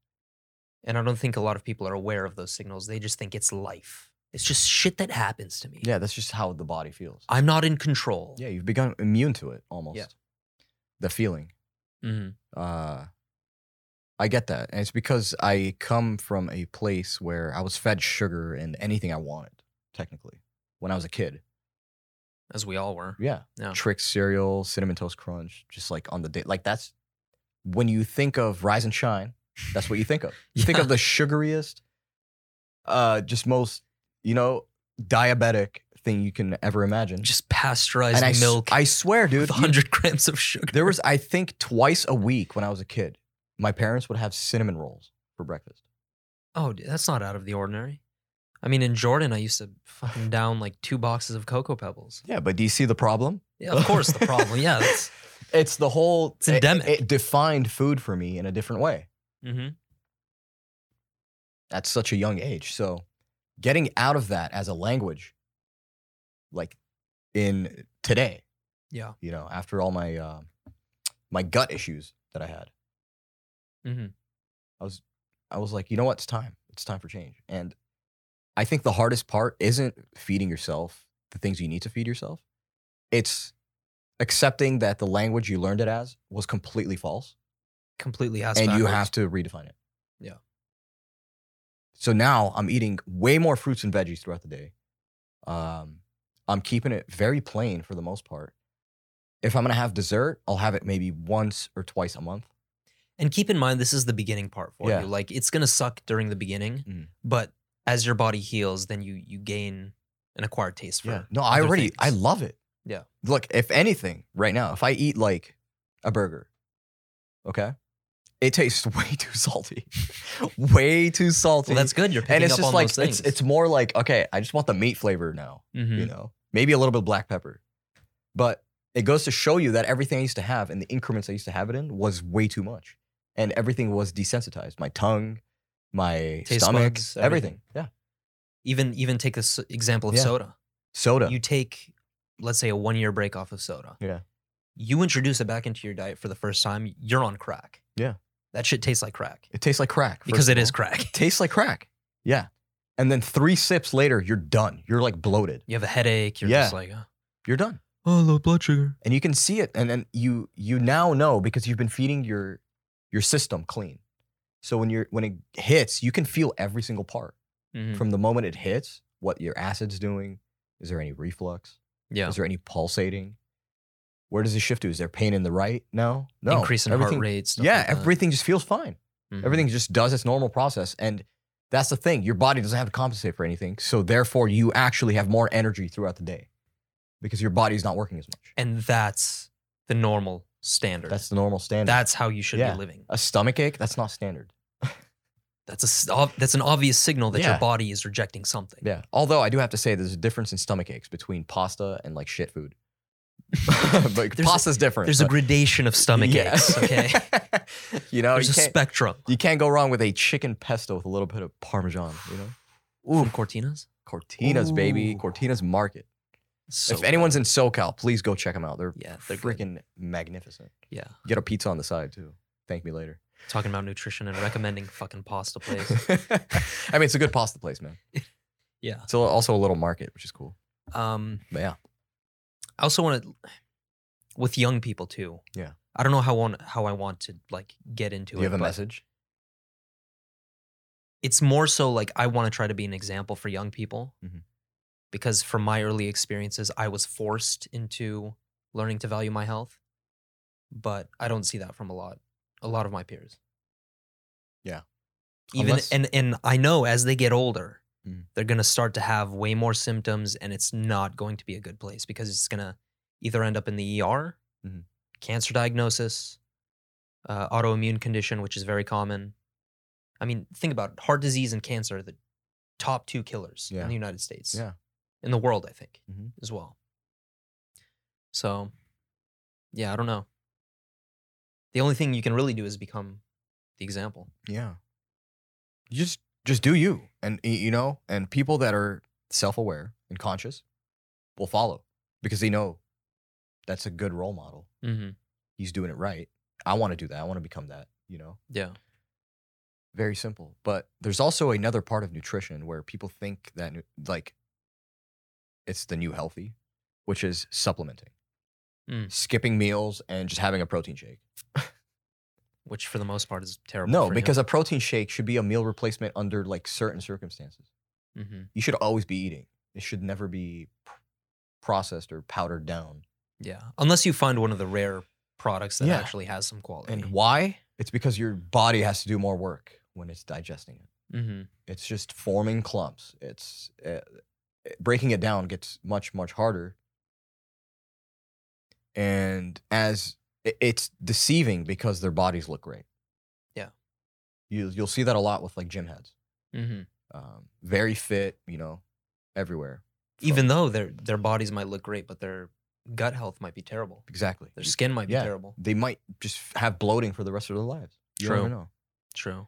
Speaker 2: And I don't think a lot of people are aware of those signals. They just think it's life. It's just shit that happens to me.
Speaker 1: Yeah, that's just how the body feels.
Speaker 2: I'm not in control.
Speaker 1: yeah, you've become immune to it almost. The feeling.
Speaker 2: hmm
Speaker 1: Uh, I get that, and it's because I come from a place where I was fed sugar and anything I wanted, technically, when I was a kid.
Speaker 2: As we all were.
Speaker 1: Yeah.
Speaker 2: Yeah.
Speaker 1: Trick cereal, cinnamon toast crunch, just like on the day. Like that's when you think of rise and shine, that's what you think
Speaker 2: (laughs)
Speaker 1: of. You think of the sugariest, uh, just most, you know, diabetic thing you can ever imagine.
Speaker 2: just pasteurized
Speaker 1: and I, s-
Speaker 2: milk
Speaker 1: I swear, dude,
Speaker 2: with
Speaker 1: you-
Speaker 2: 100 grams of sugar. (laughs)
Speaker 1: there was, I think, twice a week when I was a kid, my parents would have cinnamon rolls for breakfast.
Speaker 2: Oh, dude, that's not out of the ordinary. I mean, in Jordan, I used to fucking down like two boxes of Cocoa Pebbles.
Speaker 1: Yeah, but do you see the problem?
Speaker 2: Yeah, of course, the problem.
Speaker 1: (laughs)
Speaker 2: Yeah. That's,
Speaker 1: It's the whole.
Speaker 2: It's endemic.
Speaker 1: It, it defined food for me in a different way.
Speaker 2: hmm
Speaker 1: at such a young age. So getting out of that as a language, like in today,
Speaker 2: Yeah.
Speaker 1: you know, after all my uh, my gut issues that I had,
Speaker 2: hmm
Speaker 1: I was like, you know what? It's time. It's time for change. And I think the hardest part isn't feeding yourself the things you need to feed yourself. It's accepting that the language you learned it as was completely false,
Speaker 2: Completely ass
Speaker 1: and you
Speaker 2: backwards.
Speaker 1: have to redefine it.
Speaker 2: Yeah.
Speaker 1: So now I'm eating way more fruits and veggies throughout the day. Um, I'm keeping it very plain for the most part. If I'm gonna have dessert, I'll have it maybe once or twice a month.
Speaker 2: And keep in mind, this is the beginning part for
Speaker 1: Yeah.
Speaker 2: you. Like it's gonna suck during the beginning,
Speaker 1: Mm.
Speaker 2: but as your body heals, then you you gain an acquired taste for.
Speaker 1: No, I
Speaker 2: other
Speaker 1: already I
Speaker 2: things.
Speaker 1: love it.
Speaker 2: Yeah.
Speaker 1: Look, if anything, right now, if I eat like a burger, okay, it tastes (laughs) way too salty, way too salty.
Speaker 2: Well, that's good. You're picking
Speaker 1: and it's
Speaker 2: up
Speaker 1: just
Speaker 2: on
Speaker 1: like
Speaker 2: those
Speaker 1: it's
Speaker 2: things.
Speaker 1: it's more like okay, I just want the meat flavor now.
Speaker 2: Mhm.
Speaker 1: You know, maybe a little bit of black pepper. But it goes to show you that everything I used to have and the increments I used to have it in was way too much. And everything was desensitized. My tongue, my
Speaker 2: Taste
Speaker 1: stomach,
Speaker 2: buds,
Speaker 1: everything.
Speaker 2: everything.
Speaker 1: Yeah.
Speaker 2: Even even take this example of
Speaker 1: Yeah.
Speaker 2: soda.
Speaker 1: Soda.
Speaker 2: You take, let's say, a one year break off of soda.
Speaker 1: Yeah.
Speaker 2: You introduce it back into your diet for the first time. You're on crack.
Speaker 1: Yeah.
Speaker 2: That shit tastes like crack
Speaker 1: it tastes like crack. first
Speaker 2: because it
Speaker 1: of
Speaker 2: is
Speaker 1: all.
Speaker 2: crack.
Speaker 1: tastes like crack. Yeah. And then three sips later, you're done. You're like bloated.
Speaker 2: You have a headache. You're
Speaker 1: Yeah.
Speaker 2: just like, oh,
Speaker 1: You're done.
Speaker 2: oh, low blood sugar.
Speaker 1: And you can see it. And then you you now know because you've been feeding your your system clean. So when you're when it hits, you can feel every single part.
Speaker 2: Mhm.
Speaker 1: From the moment it hits, what your acid's doing, is there any reflux?
Speaker 2: Yeah.
Speaker 1: Is there any pulsating? Where does it shift to? Is there pain in the right? No. No.
Speaker 2: Increase in
Speaker 1: Everything-
Speaker 2: heart rate. Stuff
Speaker 1: Yeah,
Speaker 2: like that.
Speaker 1: everything just feels fine.
Speaker 2: Mhm.
Speaker 1: Everything just does its normal process. And that's the thing. Your body doesn't have to compensate for anything. So therefore you actually have more energy throughout the day because your body's not working as much.
Speaker 2: And that's the normal standard.
Speaker 1: That's the normal standard.
Speaker 2: That's how you should
Speaker 1: Yeah.
Speaker 2: be living.
Speaker 1: a stomach ache, that's not standard.
Speaker 2: That's a s- ob- that's an obvious signal that
Speaker 1: Yeah.
Speaker 2: your body is rejecting something.
Speaker 1: Yeah. (laughs) Although I do have to say there's a difference in stomach aches between pasta and like shit food. (laughs) but
Speaker 2: There's a-
Speaker 1: pasta's different.
Speaker 2: There's a
Speaker 1: but-
Speaker 2: gradation of stomach
Speaker 1: Yeah. (laughs)
Speaker 2: aches. Okay,
Speaker 1: you know,
Speaker 2: there's
Speaker 1: you
Speaker 2: a
Speaker 1: can't,
Speaker 2: spectrum.
Speaker 1: you can't go wrong with a chicken pesto with a little bit of parmesan, you know?
Speaker 2: Ooh, Cortinas.
Speaker 1: Cortina's, baby.
Speaker 2: Ooh.
Speaker 1: Cortina's Market.
Speaker 2: So
Speaker 1: if anyone's in SoCal, please go check them out. They're
Speaker 2: yeah, they're good.
Speaker 1: freaking magnificent.
Speaker 2: yeah,
Speaker 1: Get a pizza on the side too. Thank me later.
Speaker 2: talking about nutrition and recommending fucking pasta place.
Speaker 1: (laughs) I mean, it's a good pasta place, man.
Speaker 2: (laughs) Yeah.
Speaker 1: It's a- also a little market, which is cool.
Speaker 2: Um,
Speaker 1: But yeah,
Speaker 2: I also want to with young people too.
Speaker 1: Yeah.
Speaker 2: I don't know how on how I want to like get into
Speaker 1: do you
Speaker 2: it.
Speaker 1: have a
Speaker 2: but
Speaker 1: message?
Speaker 2: It's more so like I want to try to be an example for young people
Speaker 1: Mhm.
Speaker 2: because from my early experiences, I was forced into learning to value my health, but I don't see that from a lot a lot of my peers.
Speaker 1: Yeah.
Speaker 2: Even
Speaker 1: Unless-
Speaker 2: and and I know as they get older,
Speaker 1: Mhm.
Speaker 2: they're going to start to have way more symptoms and it's not going to be a good place because it's going to either end up in the ER,
Speaker 1: Mhm.
Speaker 2: cancer diagnosis, uh, autoimmune condition, which is very common. I mean, think about it. Heart disease and cancer are the top two killers
Speaker 1: Yeah.
Speaker 2: in the United States.
Speaker 1: Yeah.
Speaker 2: In the world, I think,
Speaker 1: Mhm.
Speaker 2: as well. So, yeah, I don't know. The only thing you can really do is become the example.
Speaker 1: Yeah. You just just do you, and y- you know, and people that are self-aware and conscious will follow because they know that's a good role model.
Speaker 2: Mm-hmm.
Speaker 1: He's doing it right. I want to do that. I want to become that. You know.
Speaker 2: Yeah.
Speaker 1: very simple but there's also another part of nutrition where people think that nu- like it's the new healthy which is supplementing
Speaker 2: Mm.
Speaker 1: skipping meals and just having a protein shake
Speaker 2: Which for the most part is terrible.
Speaker 1: no because a protein shake should be a meal replacement under like certain circumstances
Speaker 2: hmm
Speaker 1: you should always be eating it should never be p- processed or powdered down
Speaker 2: Yeah. Unless you find one of the rare products that
Speaker 1: Yeah.
Speaker 2: actually has some quality.
Speaker 1: and why it's because your body has to do more work when it's digesting it
Speaker 2: mm-hmm.
Speaker 1: it's just forming clumps it's uh, breaking it down gets much much harder and as i- it's deceiving because their bodies look great
Speaker 2: Yeah.
Speaker 1: you, you'll see that a lot with like gym heads
Speaker 2: Mm-hmm.
Speaker 1: um, very fit you know everywhere
Speaker 2: Even though their their bodies might look great, but their gut health might be terrible.
Speaker 1: exactly
Speaker 2: Their skin might be
Speaker 1: Yeah.
Speaker 2: terrible.
Speaker 1: they might just have bloating for the rest of their lives you
Speaker 2: True.
Speaker 1: never know
Speaker 2: True.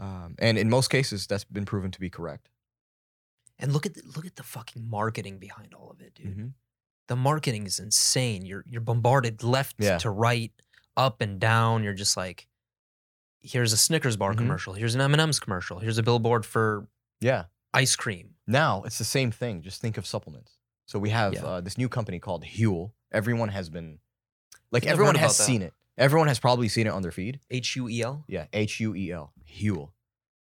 Speaker 1: um, and in most cases that's been proven to be correct
Speaker 2: And look at the, look at the fucking marketing behind all of it, dude.
Speaker 1: Mhm.
Speaker 2: The marketing is insane. You're you're bombarded left
Speaker 1: Yeah.
Speaker 2: to right, up and down. You're just like, here's a Snickers bar
Speaker 1: Mhm.
Speaker 2: commercial. Here's an M and M's commercial. Here's a billboard for
Speaker 1: yeah
Speaker 2: ice cream.
Speaker 1: Now it's the same thing. Just think of supplements. So we have
Speaker 2: Yeah.
Speaker 1: uh, this new company called Huel. Everyone has been, like,
Speaker 2: I've heard
Speaker 1: everyone
Speaker 2: about
Speaker 1: has
Speaker 2: that.
Speaker 1: seen it. Everyone has probably seen it on their feed.
Speaker 2: H U E L.
Speaker 1: Yeah, H U E L, Huel.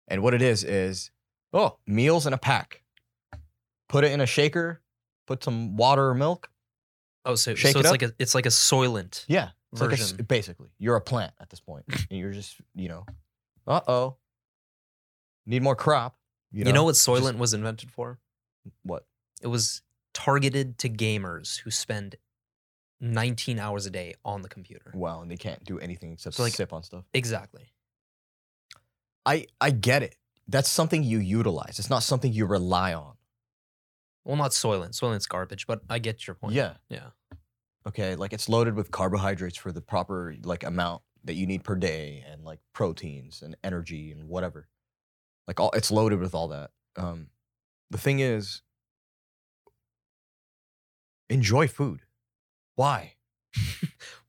Speaker 1: And what it is is, oh, meals in a pack. Put it in a shaker. Put some water or milk.
Speaker 2: Oh, so, so
Speaker 1: Shake
Speaker 2: it's
Speaker 1: it up.
Speaker 2: like a it's like a Soylent
Speaker 1: Yeah, it's like a s-
Speaker 2: version.
Speaker 1: basically you're a plant at this
Speaker 2: (laughs)
Speaker 1: point, and you're just you know, uh oh, need more crop.
Speaker 2: you,
Speaker 1: You
Speaker 2: know,
Speaker 1: know,
Speaker 2: what Soylent
Speaker 1: just-
Speaker 2: was invented for?
Speaker 1: what?
Speaker 2: It was targeted to gamers who spend 19 hours a day on the computer.
Speaker 1: Wow, and they can't do anything except
Speaker 2: So, like,
Speaker 1: sip on stuff.
Speaker 2: Exactly.
Speaker 1: I I get it. That's something you utilize. It's not something you rely on.
Speaker 2: Well, not Soylent. Soylent's garbage, but I get your point.
Speaker 1: Yeah.
Speaker 2: Yeah.
Speaker 1: Okay, like it's loaded with carbohydrates for the proper like amount that you need per day and like proteins and energy and whatever. Like all it's loaded with all that. Um the thing is enjoy food. Why?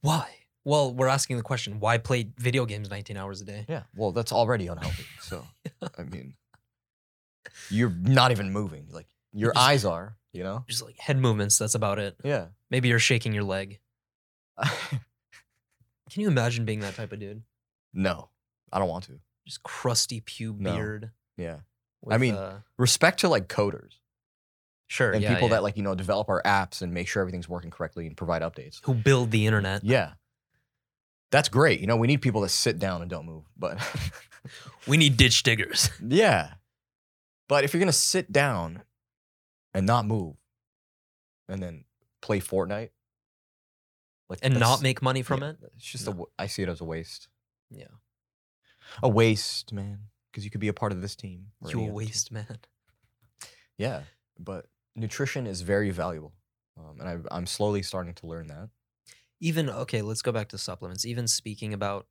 Speaker 2: Why? Well, we're asking the question why play video games 19 hours a day?
Speaker 1: Yeah. Well, that's already unhealthy.
Speaker 2: (laughs)
Speaker 1: So, I mean, you're not even moving. Like your
Speaker 2: just-
Speaker 1: eyes are, you know?
Speaker 2: Just like head movements, that's about it.
Speaker 1: Yeah.
Speaker 2: Maybe you're shaking your leg. Can you imagine being that type of dude?
Speaker 1: (laughs) no, I don't want to.
Speaker 2: Just crusty pube
Speaker 1: No.
Speaker 2: beard.
Speaker 1: Yeah.
Speaker 2: With,
Speaker 1: mean,
Speaker 2: uh,
Speaker 1: Respect to like coders
Speaker 2: sure.
Speaker 1: and
Speaker 2: yeah,
Speaker 1: people
Speaker 2: yeah.
Speaker 1: that like, you know, develop our apps and make sure everything's working correctly and provide
Speaker 2: (laughs)
Speaker 1: updates.
Speaker 2: who build the internet.
Speaker 1: Yeah. That's great. You know, we need people that sit down and don't move, but (laughs)
Speaker 2: We need ditch diggers. (laughs)
Speaker 1: yeah. But if you're going to sit down and not move and then play Fortnite, like
Speaker 2: and
Speaker 1: that's-
Speaker 2: not make money from
Speaker 1: Yeah,
Speaker 2: it.
Speaker 1: It's just a
Speaker 2: No.
Speaker 1: wa- I see it as a waste.
Speaker 2: Yeah.
Speaker 1: A waste, man. Because you could be a part of this team. or
Speaker 2: You
Speaker 1: any
Speaker 2: a
Speaker 1: other
Speaker 2: waste man.
Speaker 1: team. Yeah, but nutrition is very valuable, um, and I, I'm slowly starting to learn that.
Speaker 2: Even okay, let's go back to supplements. Even speaking about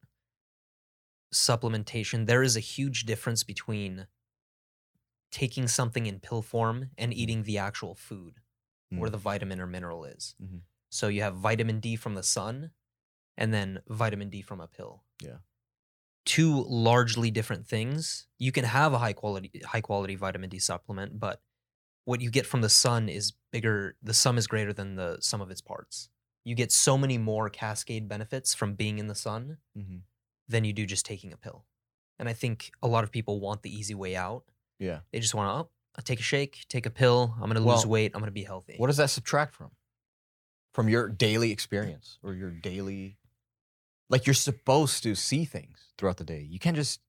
Speaker 2: supplementation, there is a huge difference between taking something in pill form and eating the actual food where
Speaker 1: Mm.
Speaker 2: the vitamin or mineral is.
Speaker 1: Mhm.
Speaker 2: So you have vitamin D from the sun and then vitamin D from a pill.
Speaker 1: Yeah.
Speaker 2: Two largely different things. You can have a high quality high quality vitamin D supplement, but what you get from the sun is bigger, the sum is greater than the sum of its parts. You get so many more cascade benefits from being in the sun
Speaker 1: Mhm.
Speaker 2: than you do just taking a pill. And I think a lot of people want the easy way out.
Speaker 1: Yeah.
Speaker 2: They just want to oh, I take a shake, take a pill, I'm going to lose
Speaker 1: Well,
Speaker 2: weight, I'm going to be healthy.
Speaker 1: What does that subtract from? From your daily experience or your daily, like you're supposed to see things throughout the day. You can't just.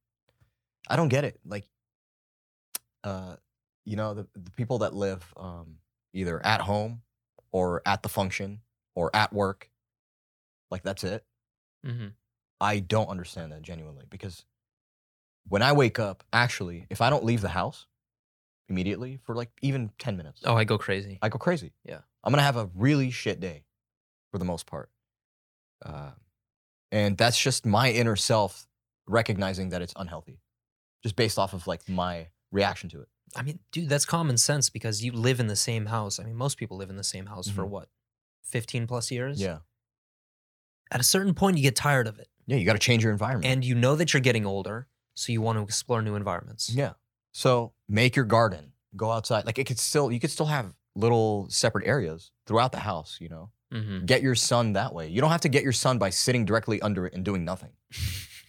Speaker 1: I don't get it. Like, uh, you know, the the people that live um, either at home, or at the function, or at work. Like that's it.
Speaker 2: mm-hmm.
Speaker 1: I don't understand that genuinely because when I wake up, actually, if I don't leave the house immediately for like even ten minutes,
Speaker 2: Oh, I go crazy.
Speaker 1: I go crazy.
Speaker 2: Yeah.
Speaker 1: I'm gonna have a really shit day, for the most part. Uh, and that's just my inner self recognizing that it's unhealthy, just based off of like my reaction to it.
Speaker 2: I mean, dude, that's common sense because you live in the same house. I mean, most people live in the same house for
Speaker 1: Mhm.
Speaker 2: what, 15 plus years?
Speaker 1: Yeah.
Speaker 2: At a certain point, you get tired of it
Speaker 1: Yeah. You got to change your environment.
Speaker 2: and you know that you're getting older. So you want to explore new environments.
Speaker 1: yeah. So make your garden. Go outside. Like it could still, you could still have little separate areas throughout the house. You know,
Speaker 2: Mm-hmm.
Speaker 1: get your sun that way. You don't have to get your sun by sitting directly under it and doing nothing.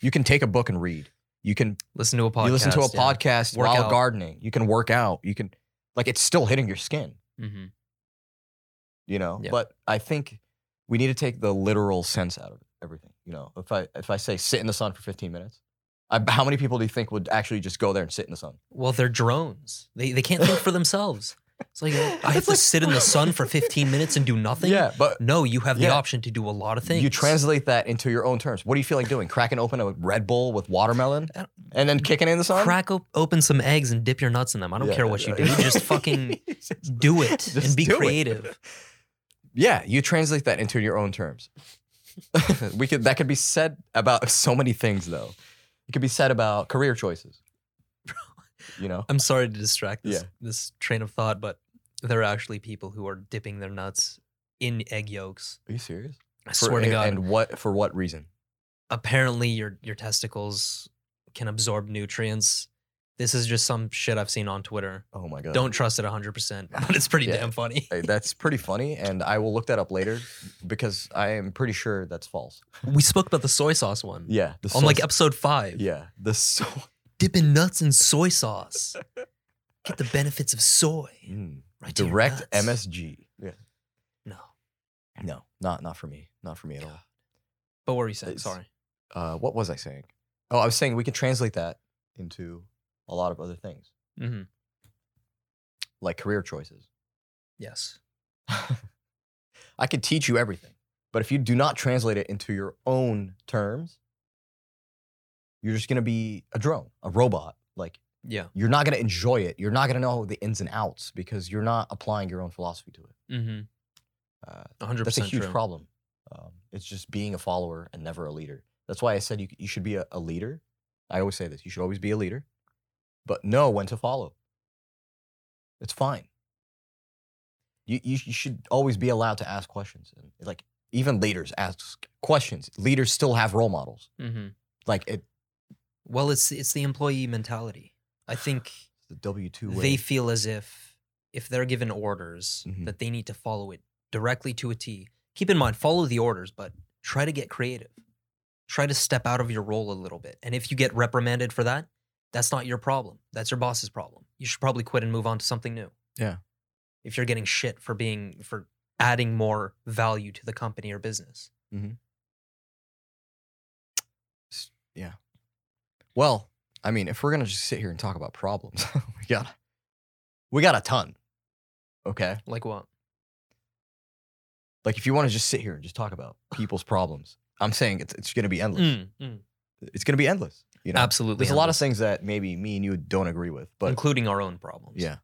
Speaker 1: You can take a book and read. You can
Speaker 2: Listen to a podcast.
Speaker 1: you listen to a
Speaker 2: yeah.
Speaker 1: podcast
Speaker 2: Work
Speaker 1: while
Speaker 2: out.
Speaker 1: gardening. You can work out. You can like it's still hitting your skin,
Speaker 2: Mhm.
Speaker 1: you know.
Speaker 2: Yeah.
Speaker 1: But I think we need to take the literal sense out of everything. You know, if I if I say sit in the sun for 15 minutes, I, (laughs) how many people do you think would actually just go there and sit in the sun?
Speaker 2: Well, they're drones. They, they can't think
Speaker 1: (laughs)
Speaker 2: for themselves. It's like, I have
Speaker 1: It's
Speaker 2: to
Speaker 1: like- (laughs)
Speaker 2: sit in the sun for 15 minutes and do nothing.
Speaker 1: Yeah, but
Speaker 2: No, you have the
Speaker 1: Yeah.
Speaker 2: option to do a lot of things.
Speaker 1: you translate that into your own terms. What do you feel like doing? Cracking open a Red Bull with watermelon
Speaker 2: I don't-
Speaker 1: and then kicking it in the sun?
Speaker 2: Crack op- open some eggs and dip your nuts in them. I don't
Speaker 1: Yeah,
Speaker 2: care what
Speaker 1: (laughs)
Speaker 2: you do.
Speaker 1: yeah.
Speaker 2: Just fucking
Speaker 1: Just-
Speaker 2: do it
Speaker 1: (laughs)
Speaker 2: and
Speaker 1: Just
Speaker 2: be
Speaker 1: do it.
Speaker 2: creative.
Speaker 1: Yeah, you translate that into your own terms. (laughs) we could that could be said about (laughs) so many things though. It could be said about career choices. You know?
Speaker 2: I'm sorry to distract this
Speaker 1: Yeah.
Speaker 2: this train of thought, but there are actually people who are dipping their nuts in egg yolks.
Speaker 1: Are you serious?
Speaker 2: I swear to
Speaker 1: and,
Speaker 2: God.
Speaker 1: And what for what reason?
Speaker 2: Apparently, your your testicles can absorb nutrients. This is just some shit I've seen on Twitter.
Speaker 1: Oh my god.
Speaker 2: Don't trust it 100%, (laughs) but it's pretty
Speaker 1: Yeah.
Speaker 2: damn funny.
Speaker 1: Hey, that's pretty funny, and I will look that up later because I am pretty sure that's false.
Speaker 2: We spoke about the soy sauce one
Speaker 1: Yeah. The
Speaker 2: on like
Speaker 1: source-
Speaker 2: episode five.
Speaker 1: Yeah. The so
Speaker 2: Dipping nuts in
Speaker 1: (laughs)
Speaker 2: soy sauce. Get the benefits of soy.
Speaker 1: Mm.
Speaker 2: Right to your
Speaker 1: direct
Speaker 2: nuts.
Speaker 1: MSG. Yeah.
Speaker 2: No.
Speaker 1: No, not not for me. Not for me at all.
Speaker 2: But what were you saying?
Speaker 1: It's-
Speaker 2: Sorry.
Speaker 1: uh, what was I saying? Oh, I was saying we can translate that into a lot of other things,
Speaker 2: hmm
Speaker 1: like career choices.
Speaker 2: Yes.
Speaker 1: I could teach you everything, but if you do not translate it into your own terms, you're just gonna be a drone, a robot. Like
Speaker 2: Yeah.
Speaker 1: You're not going to enjoy it. You're not going to know the ins and outs because you're not applying your own philosophy to it.
Speaker 2: Mm-hmm.
Speaker 1: Uh,
Speaker 2: 100%
Speaker 1: that's a huge
Speaker 2: true.
Speaker 1: problem. Um, it's just being a follower and never a leader. That's why I said you, you should be a, a leader. I always say this you should always be a leader, but know when to follow. It's fine. You, you, you should always be allowed to ask questions. And like, even leaders ask questions. Leaders still have role models.
Speaker 2: Mm-hmm.
Speaker 1: Like, it,
Speaker 2: Well, it's it's the employee mentality. I think
Speaker 1: the W 2 way.
Speaker 2: they feel as if if they're given orders
Speaker 1: Mhm.
Speaker 2: that they need to follow it directly to a T. Keep in mind, follow the orders, but try to get creative. Try to step out of your role a little bit. And if you get reprimanded for that, that's not your problem. That's your boss's problem. You should probably quit and move on to something new.
Speaker 1: Yeah.
Speaker 2: If you're getting shit for being for adding more value to the company or business.
Speaker 1: Well, I mean, if we're gonna just sit here and talk about problems, (laughs) we got we got a ton. Okay,
Speaker 2: Like what?
Speaker 1: like if you want to just sit here and just talk about people's problems, I'm saying it's it's gonna be endless. It's gonna be endless. You know,
Speaker 2: Mm, Absolutely.
Speaker 1: there's a lot of things that maybe me and you don't agree with, but
Speaker 2: including our own problems.
Speaker 1: yeah,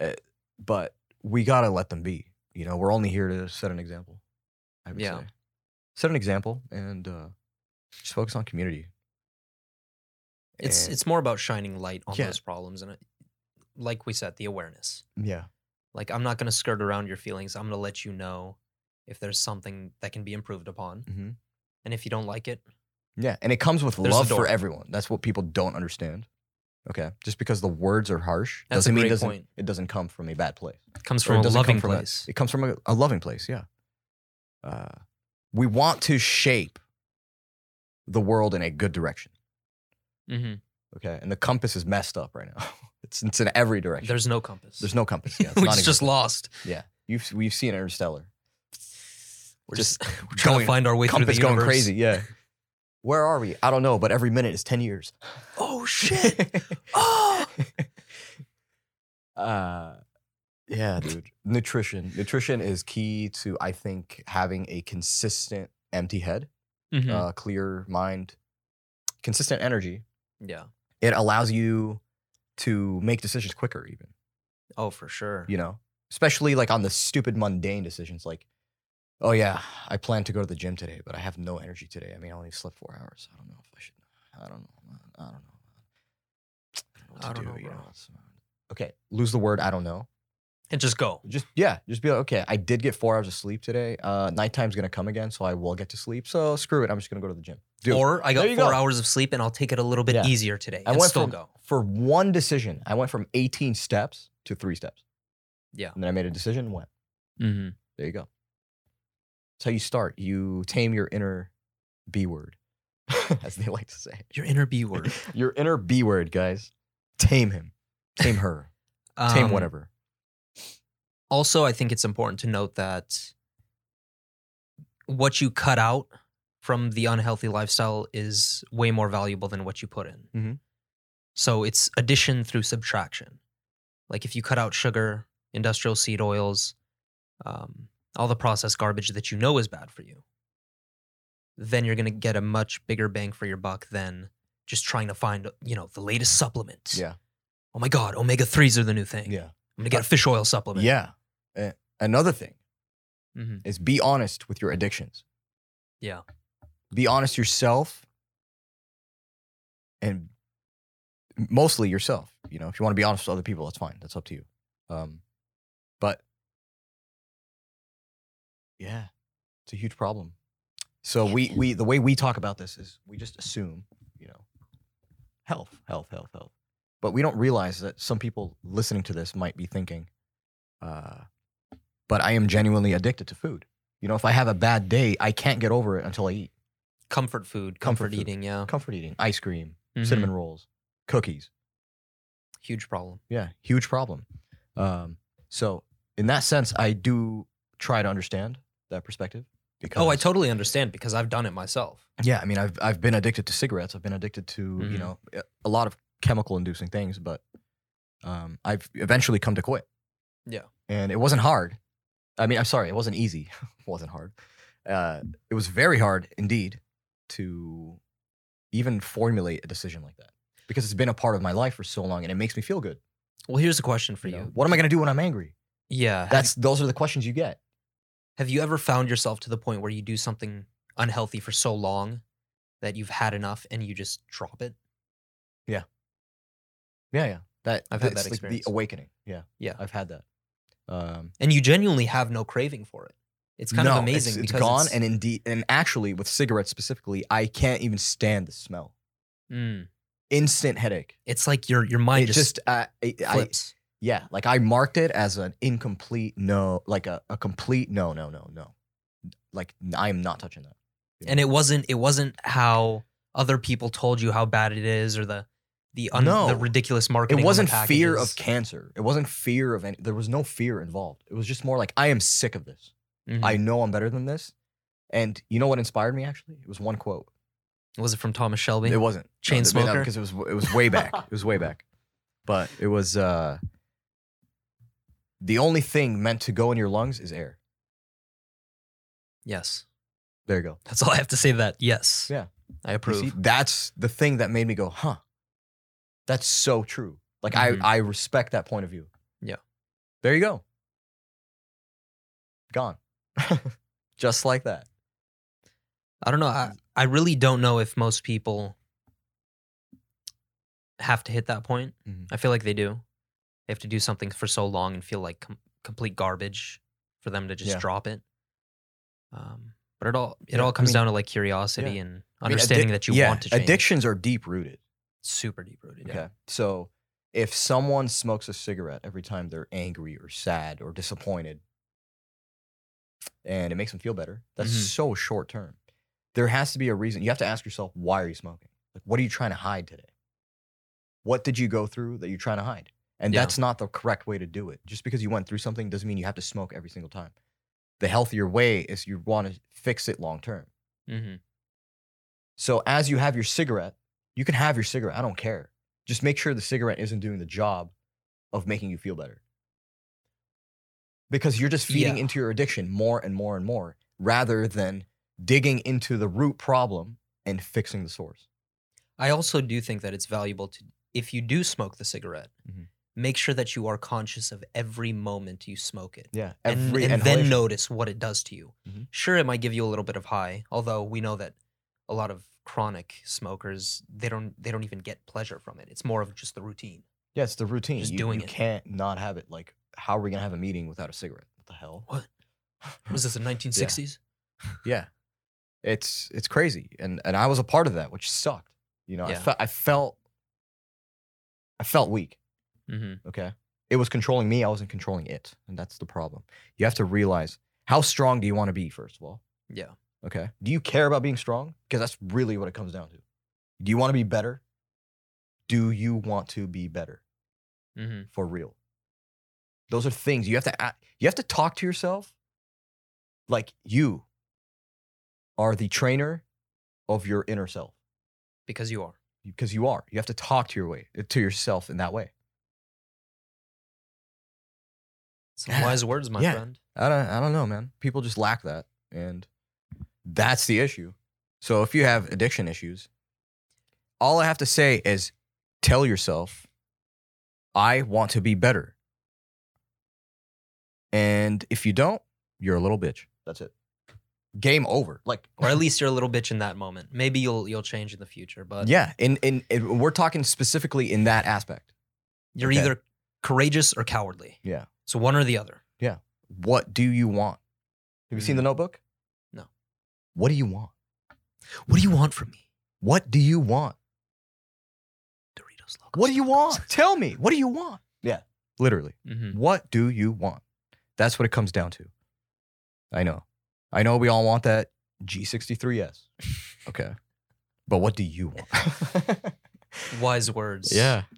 Speaker 1: Uh, but we gotta let them be. You know, we're only here to set an example. I would
Speaker 2: Yeah.
Speaker 1: say set an example and uh, just focus on community.
Speaker 2: It's
Speaker 1: And-
Speaker 2: it's more about shining light on
Speaker 1: Yeah.
Speaker 2: those problems and it, like we said, the awareness.
Speaker 1: yeah,
Speaker 2: Like I'm not going to skirt around your feelings. I'm going to let you know if there's something that can be improved upon.
Speaker 1: mm-hmm.
Speaker 2: And if you don't like it,
Speaker 1: Yeah, and it comes with
Speaker 2: There's the
Speaker 1: love for
Speaker 2: door.
Speaker 1: everyone. That's what people don't understand. Okay, just because the words are harsh
Speaker 2: That's a
Speaker 1: doesn't mean
Speaker 2: great
Speaker 1: it doesn't,
Speaker 2: point.
Speaker 1: it doesn't come from a bad place.
Speaker 2: it comes
Speaker 1: Or it
Speaker 2: from a
Speaker 1: doesn't come
Speaker 2: loving
Speaker 1: from a-
Speaker 2: place.
Speaker 1: it comes from a, a loving place. Yeah. Uh, we want to shape the world in a good direction.
Speaker 2: mm-hmm.
Speaker 1: Okay, and the compass is messed up right now. (laughs) it's it's in every direction. There's,
Speaker 2: There's no compass. (laughs)
Speaker 1: no compass. Yeah, it's
Speaker 2: We're
Speaker 1: not
Speaker 2: just lost.
Speaker 1: yeah. You've we've seen Interstellar.
Speaker 2: We're
Speaker 1: Just
Speaker 2: just, (laughs) we're trying
Speaker 1: going-
Speaker 2: to find our way through the
Speaker 1: compass
Speaker 2: universe.
Speaker 1: going crazy. Yeah. Where are we? I don't know, but every minute is ten years. (laughs)
Speaker 2: Oh shit! oh,
Speaker 1: uh yeah dude nutrition nutrition is key to i think having a consistent empty head
Speaker 2: Mhm.
Speaker 1: uh clear mind consistent energy
Speaker 2: yeah.
Speaker 1: it allows you to make decisions quicker even
Speaker 2: Oh, for sure.
Speaker 1: you know especially like on the stupid mundane decisions like oh yeah i plan to go to the gym today but i have no energy today i mean i only slept four hours i don't know if i should i don't know man. i don't know man.
Speaker 2: I don't
Speaker 1: what to
Speaker 2: know,
Speaker 1: do, you
Speaker 2: bro.
Speaker 1: it's- okay lose the word i don't know
Speaker 2: And just go.
Speaker 1: just yeah, just be like, okay, I did get four hours of sleep today. Uh, nighttime's gonna come again, so I will get to sleep. So screw it, I'm just gonna go to the gym. Dude,
Speaker 2: or I got
Speaker 1: there you
Speaker 2: four
Speaker 1: go.
Speaker 2: hours of sleep, and I'll take it a little bit
Speaker 1: Yeah.
Speaker 2: easier today.
Speaker 1: I
Speaker 2: and
Speaker 1: went
Speaker 2: still
Speaker 1: from-
Speaker 2: go.
Speaker 1: for one decision, I went from 18 steps to three steps,
Speaker 2: Yeah.
Speaker 1: and then I made a decision. and Went
Speaker 2: Mm-hmm.
Speaker 1: there, you go. That's how you start. You tame your inner B word, (laughs) as they like to say.
Speaker 2: Your inner B word.
Speaker 1: Your inner B word, guys. Tame him. Tame her. (laughs) Tame
Speaker 2: Um,
Speaker 1: whatever.
Speaker 2: Also, I think it's important to note that what you cut out from the unhealthy lifestyle is way more valuable than what you put in.
Speaker 1: Mhm.
Speaker 2: So it's addition through subtraction. Like if you cut out sugar, industrial seed oils, um, all the processed garbage that you know is bad for you, then you're going to get a much bigger bang for your buck than just trying to find, you know, the latest supplement.
Speaker 1: Yeah.
Speaker 2: Oh my God, omega 3s are the new thing.
Speaker 1: Yeah.
Speaker 2: I'm gonna get a fish oil supplement.
Speaker 1: Yeah. A- another thing
Speaker 2: hmm
Speaker 1: is be honest with your addictions.
Speaker 2: Yeah.
Speaker 1: be honest yourself and mostly yourself you know if you want to be honest with other people that's fine that's up to you um, but yeah it's a huge problem so we we the way we talk about this is we just assume you know health health health health but we don't realize that some people listening to this might be thinking uh, but i am genuinely addicted to food you know if i have a bad day i can't get over it until i eat
Speaker 2: Comfort food, comfort,
Speaker 1: Comfort food.
Speaker 2: eating. Yeah.
Speaker 1: comfort eating, ice cream,
Speaker 2: Mhm.
Speaker 1: cinnamon rolls, cookies.
Speaker 2: Mm-hmm. Huge problem.
Speaker 1: Yeah, huge problem. Um, so in that sense, I do try to understand that perspective. Because,
Speaker 2: Oh, I totally understand because I've done it myself.
Speaker 1: yeah. I mean, I've I've been addicted to cigarettes. I've been addicted to you
Speaker 2: Mhm.
Speaker 1: know a lot of chemical inducing things, but um, I've eventually come to quit.
Speaker 2: Yeah.
Speaker 1: and it wasn't hard. I mean, I'm sorry, it wasn't easy. (laughs) it wasn't hard. Uh, it was very hard indeed to even formulate a decision like that. because it's been a part of my life for so long and it makes me feel good.
Speaker 2: Well, here's a question for
Speaker 1: you know?
Speaker 2: you.
Speaker 1: What am I going to do when I'm angry?
Speaker 2: Yeah. Have,
Speaker 1: That's those are the questions you get.
Speaker 2: have you ever found yourself to the point where you do something unhealthy for so long that you've had enough and you just drop it?
Speaker 1: Yeah, yeah. That
Speaker 2: I've had
Speaker 1: that's
Speaker 2: that
Speaker 1: like
Speaker 2: experience.
Speaker 1: The awakening. Yeah,
Speaker 2: Yeah.
Speaker 1: I've had that. Um,
Speaker 2: And you genuinely have no craving for it. It's kind
Speaker 1: no,
Speaker 2: of amazing
Speaker 1: It's, it's
Speaker 2: because
Speaker 1: gone,
Speaker 2: it's-
Speaker 1: and indeed, and actually, with cigarettes specifically, I can't even stand the smell.
Speaker 2: Mm.
Speaker 1: Instant headache.
Speaker 2: it's like your your mind
Speaker 1: it
Speaker 2: just,
Speaker 1: just, uh, I, I,
Speaker 2: flips.
Speaker 1: yeah, like I marked it as an incomplete no, like a, a complete no, no, no, no. Like I am not touching that.
Speaker 2: and it wasn't it wasn't how other people told you how bad it is or the the, un,
Speaker 1: No.
Speaker 2: the ridiculous marketing.
Speaker 1: It
Speaker 2: on the
Speaker 1: wasn't fear of
Speaker 2: packages.
Speaker 1: cancer. It wasn't fear of any. There was no fear involved. It was just more like I am sick of this.
Speaker 2: Mhm.
Speaker 1: I know I'm better than this. And you know what inspired me actually? It was one quote.
Speaker 2: was it from Thomas Shelby?
Speaker 1: It wasn't
Speaker 2: Chain smoker?
Speaker 1: because it was it was way back. it was way
Speaker 2: (laughs)
Speaker 1: back. But it was uh the only thing meant to go in your lungs is air.
Speaker 2: yes,
Speaker 1: There you go.
Speaker 2: that's all I have to say. to That yes,
Speaker 1: Yeah.
Speaker 2: I
Speaker 1: You see,
Speaker 2: approve.
Speaker 1: that's the thing that made me go, huh. That's so true. Like
Speaker 2: Mhm.
Speaker 1: I I respect that point of view.
Speaker 2: Yeah.
Speaker 1: There you go. Gone. Just like that.
Speaker 2: I don't know. I, I really don't know if most people have to hit that point.
Speaker 1: Mhm.
Speaker 2: I feel like they do. They have to do something for so long and feel like com- complete garbage for them to just
Speaker 1: Yeah.
Speaker 2: drop it. Um, but it all it
Speaker 1: Yeah, I
Speaker 2: all comes
Speaker 1: mean-
Speaker 2: down to like curiosity and
Speaker 1: I mean,
Speaker 2: understanding
Speaker 1: addic-
Speaker 2: that you
Speaker 1: yeah,
Speaker 2: want to change.
Speaker 1: Addictions are deep rooted.
Speaker 2: super deep rooted. Yeah.
Speaker 1: Okay. So if someone smokes a cigarette every time they're angry or sad or disappointed and it makes them feel better, that's
Speaker 2: Mhm.
Speaker 1: so short term. There has to be a reason. You have to ask yourself, why are you smoking? Like, what are you trying to hide today? What did you go through that you're trying to hide? And
Speaker 2: Yeah.
Speaker 1: that's not the correct way to do it. Just because you went through something doesn't mean you have to smoke every single time. The healthier way is you want to fix it long term.
Speaker 2: Mm-hmm.
Speaker 1: So as you have your cigarette, you can have your cigarette. I don't care. Just make sure the cigarette isn't doing the job of making you feel better. Because you're just feeding
Speaker 2: Yeah.
Speaker 1: into your addiction more and more and more rather than digging into the root problem and fixing the source.
Speaker 2: I also do think that it's valuable to, if you do smoke the cigarette,
Speaker 1: Mhm.
Speaker 2: make sure that you are conscious of every moment you smoke it.
Speaker 1: Yeah.
Speaker 2: and-
Speaker 1: Every
Speaker 2: and, then
Speaker 1: inhalation.
Speaker 2: notice what it does to you.
Speaker 1: Mhm.
Speaker 2: Sure, it might give you a little bit of high, although we know that a lot of chronic smokers they don't they don't even get pleasure from it. It's more of just
Speaker 1: (sighs)
Speaker 2: the routine.
Speaker 1: Yeah, it's the routine.
Speaker 2: Just
Speaker 1: you,
Speaker 2: doing
Speaker 1: you
Speaker 2: it.
Speaker 1: can't not have it. Like, how are we gonna have a meeting without a cigarette? What the hell? (laughs)
Speaker 2: What? Was this the 1960s?
Speaker 1: Yeah. It's it's crazy. And and I was a part of that, which sucked. You know, I,
Speaker 2: Yeah.
Speaker 1: fe- I felt I felt weak.
Speaker 2: Mm-hmm.
Speaker 1: Okay. It was controlling me, I wasn't controlling it. And that's the problem. You have to realize how strong do you want to be, first of all?
Speaker 2: Yeah.
Speaker 1: Okay. Do you care about being strong? Because that's really what it comes down to. Do you want to be better? Do you want to be better?
Speaker 2: Mm-hmm.
Speaker 1: for real. Those are things you have to a- you have to talk to yourself like you are the trainer of your inner self
Speaker 2: Because you are.
Speaker 1: because you are. You have to talk to your way to yourself in that way.
Speaker 2: Some
Speaker 1: Yeah.
Speaker 2: wise words, my
Speaker 1: Yeah. (laughs)
Speaker 2: friend.
Speaker 1: I don't I don't know, man. People just lack that and that's the issue. So if you have addiction issues, all I have to say is tell yourself I want to be better. And if you don't, you're a little bitch. That's it. Game over. Like
Speaker 2: Or at least you're a little bitch in that moment. Maybe you'll you'll change in the future,
Speaker 1: (laughs)
Speaker 2: but
Speaker 1: yeah, in, in in we're talking specifically in that aspect.
Speaker 2: you're
Speaker 1: okay.
Speaker 2: either courageous or cowardly.
Speaker 1: Yeah.
Speaker 2: So one or the other.
Speaker 1: What do you want? Have you seen
Speaker 2: Mhm.
Speaker 1: the notebook?
Speaker 2: No.
Speaker 1: What do you want?
Speaker 2: What do you want from me?
Speaker 1: What do you want?
Speaker 2: Doritos Locos.
Speaker 1: What do you want? Tell me. What do you want? Yeah. Literally.
Speaker 2: (laughs) Mm-hmm.
Speaker 1: What do you want? That's what it comes down to. I know. I know we all want that G63S.
Speaker 2: (laughs)
Speaker 1: Okay. But what do you want?
Speaker 2: (laughs) Wise words.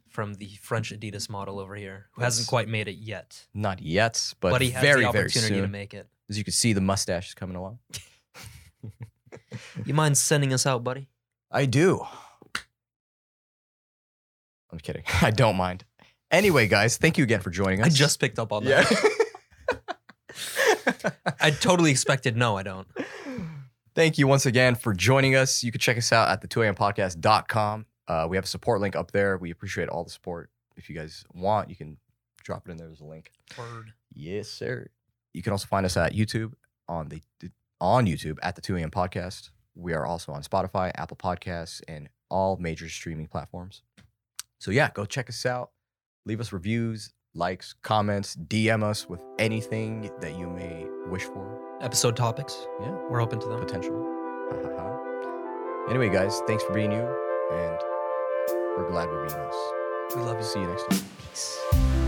Speaker 2: from the French Adidas model over here, who hasn't
Speaker 1: Yes.
Speaker 2: quite made it yet,
Speaker 1: Not yet, but,
Speaker 2: but, he has
Speaker 1: very,
Speaker 2: the
Speaker 1: very
Speaker 2: opportunity to
Speaker 1: soon.
Speaker 2: make it.
Speaker 1: As you can see, the mustache is coming along.
Speaker 2: You mind sending us out, buddy?
Speaker 1: I do. I'm kidding. (laughs) I don't mind. Anyway, guys, thank you again for joining us.
Speaker 2: I just picked up on that.
Speaker 1: Yeah.
Speaker 2: (laughs)
Speaker 1: (laughs)
Speaker 2: I totally expected. No, I don't.
Speaker 1: Thank you once again for joining us. You can check us out at the2ampodcast.com Uh, we have a support link up there. We appreciate all the support. If you guys want, you can drop it in there. There's a link.
Speaker 2: Word.
Speaker 1: Yes, sir. You can also find us at YouTube on the on YouTube at the 2 a.m. podcast. We are also on Spotify, Apple Podcasts, and all major streaming platforms. So yeah, go check us out. Leave us reviews, likes, comments, DM us with anything that you may wish for,
Speaker 2: Episode topics.
Speaker 1: Yeah.
Speaker 2: We're open to them.
Speaker 1: potential. Ha, ha, ha. Anyway, guys, thanks for being you, and we're glad we're being us.
Speaker 2: We love you.
Speaker 1: See you next time.
Speaker 2: Peace.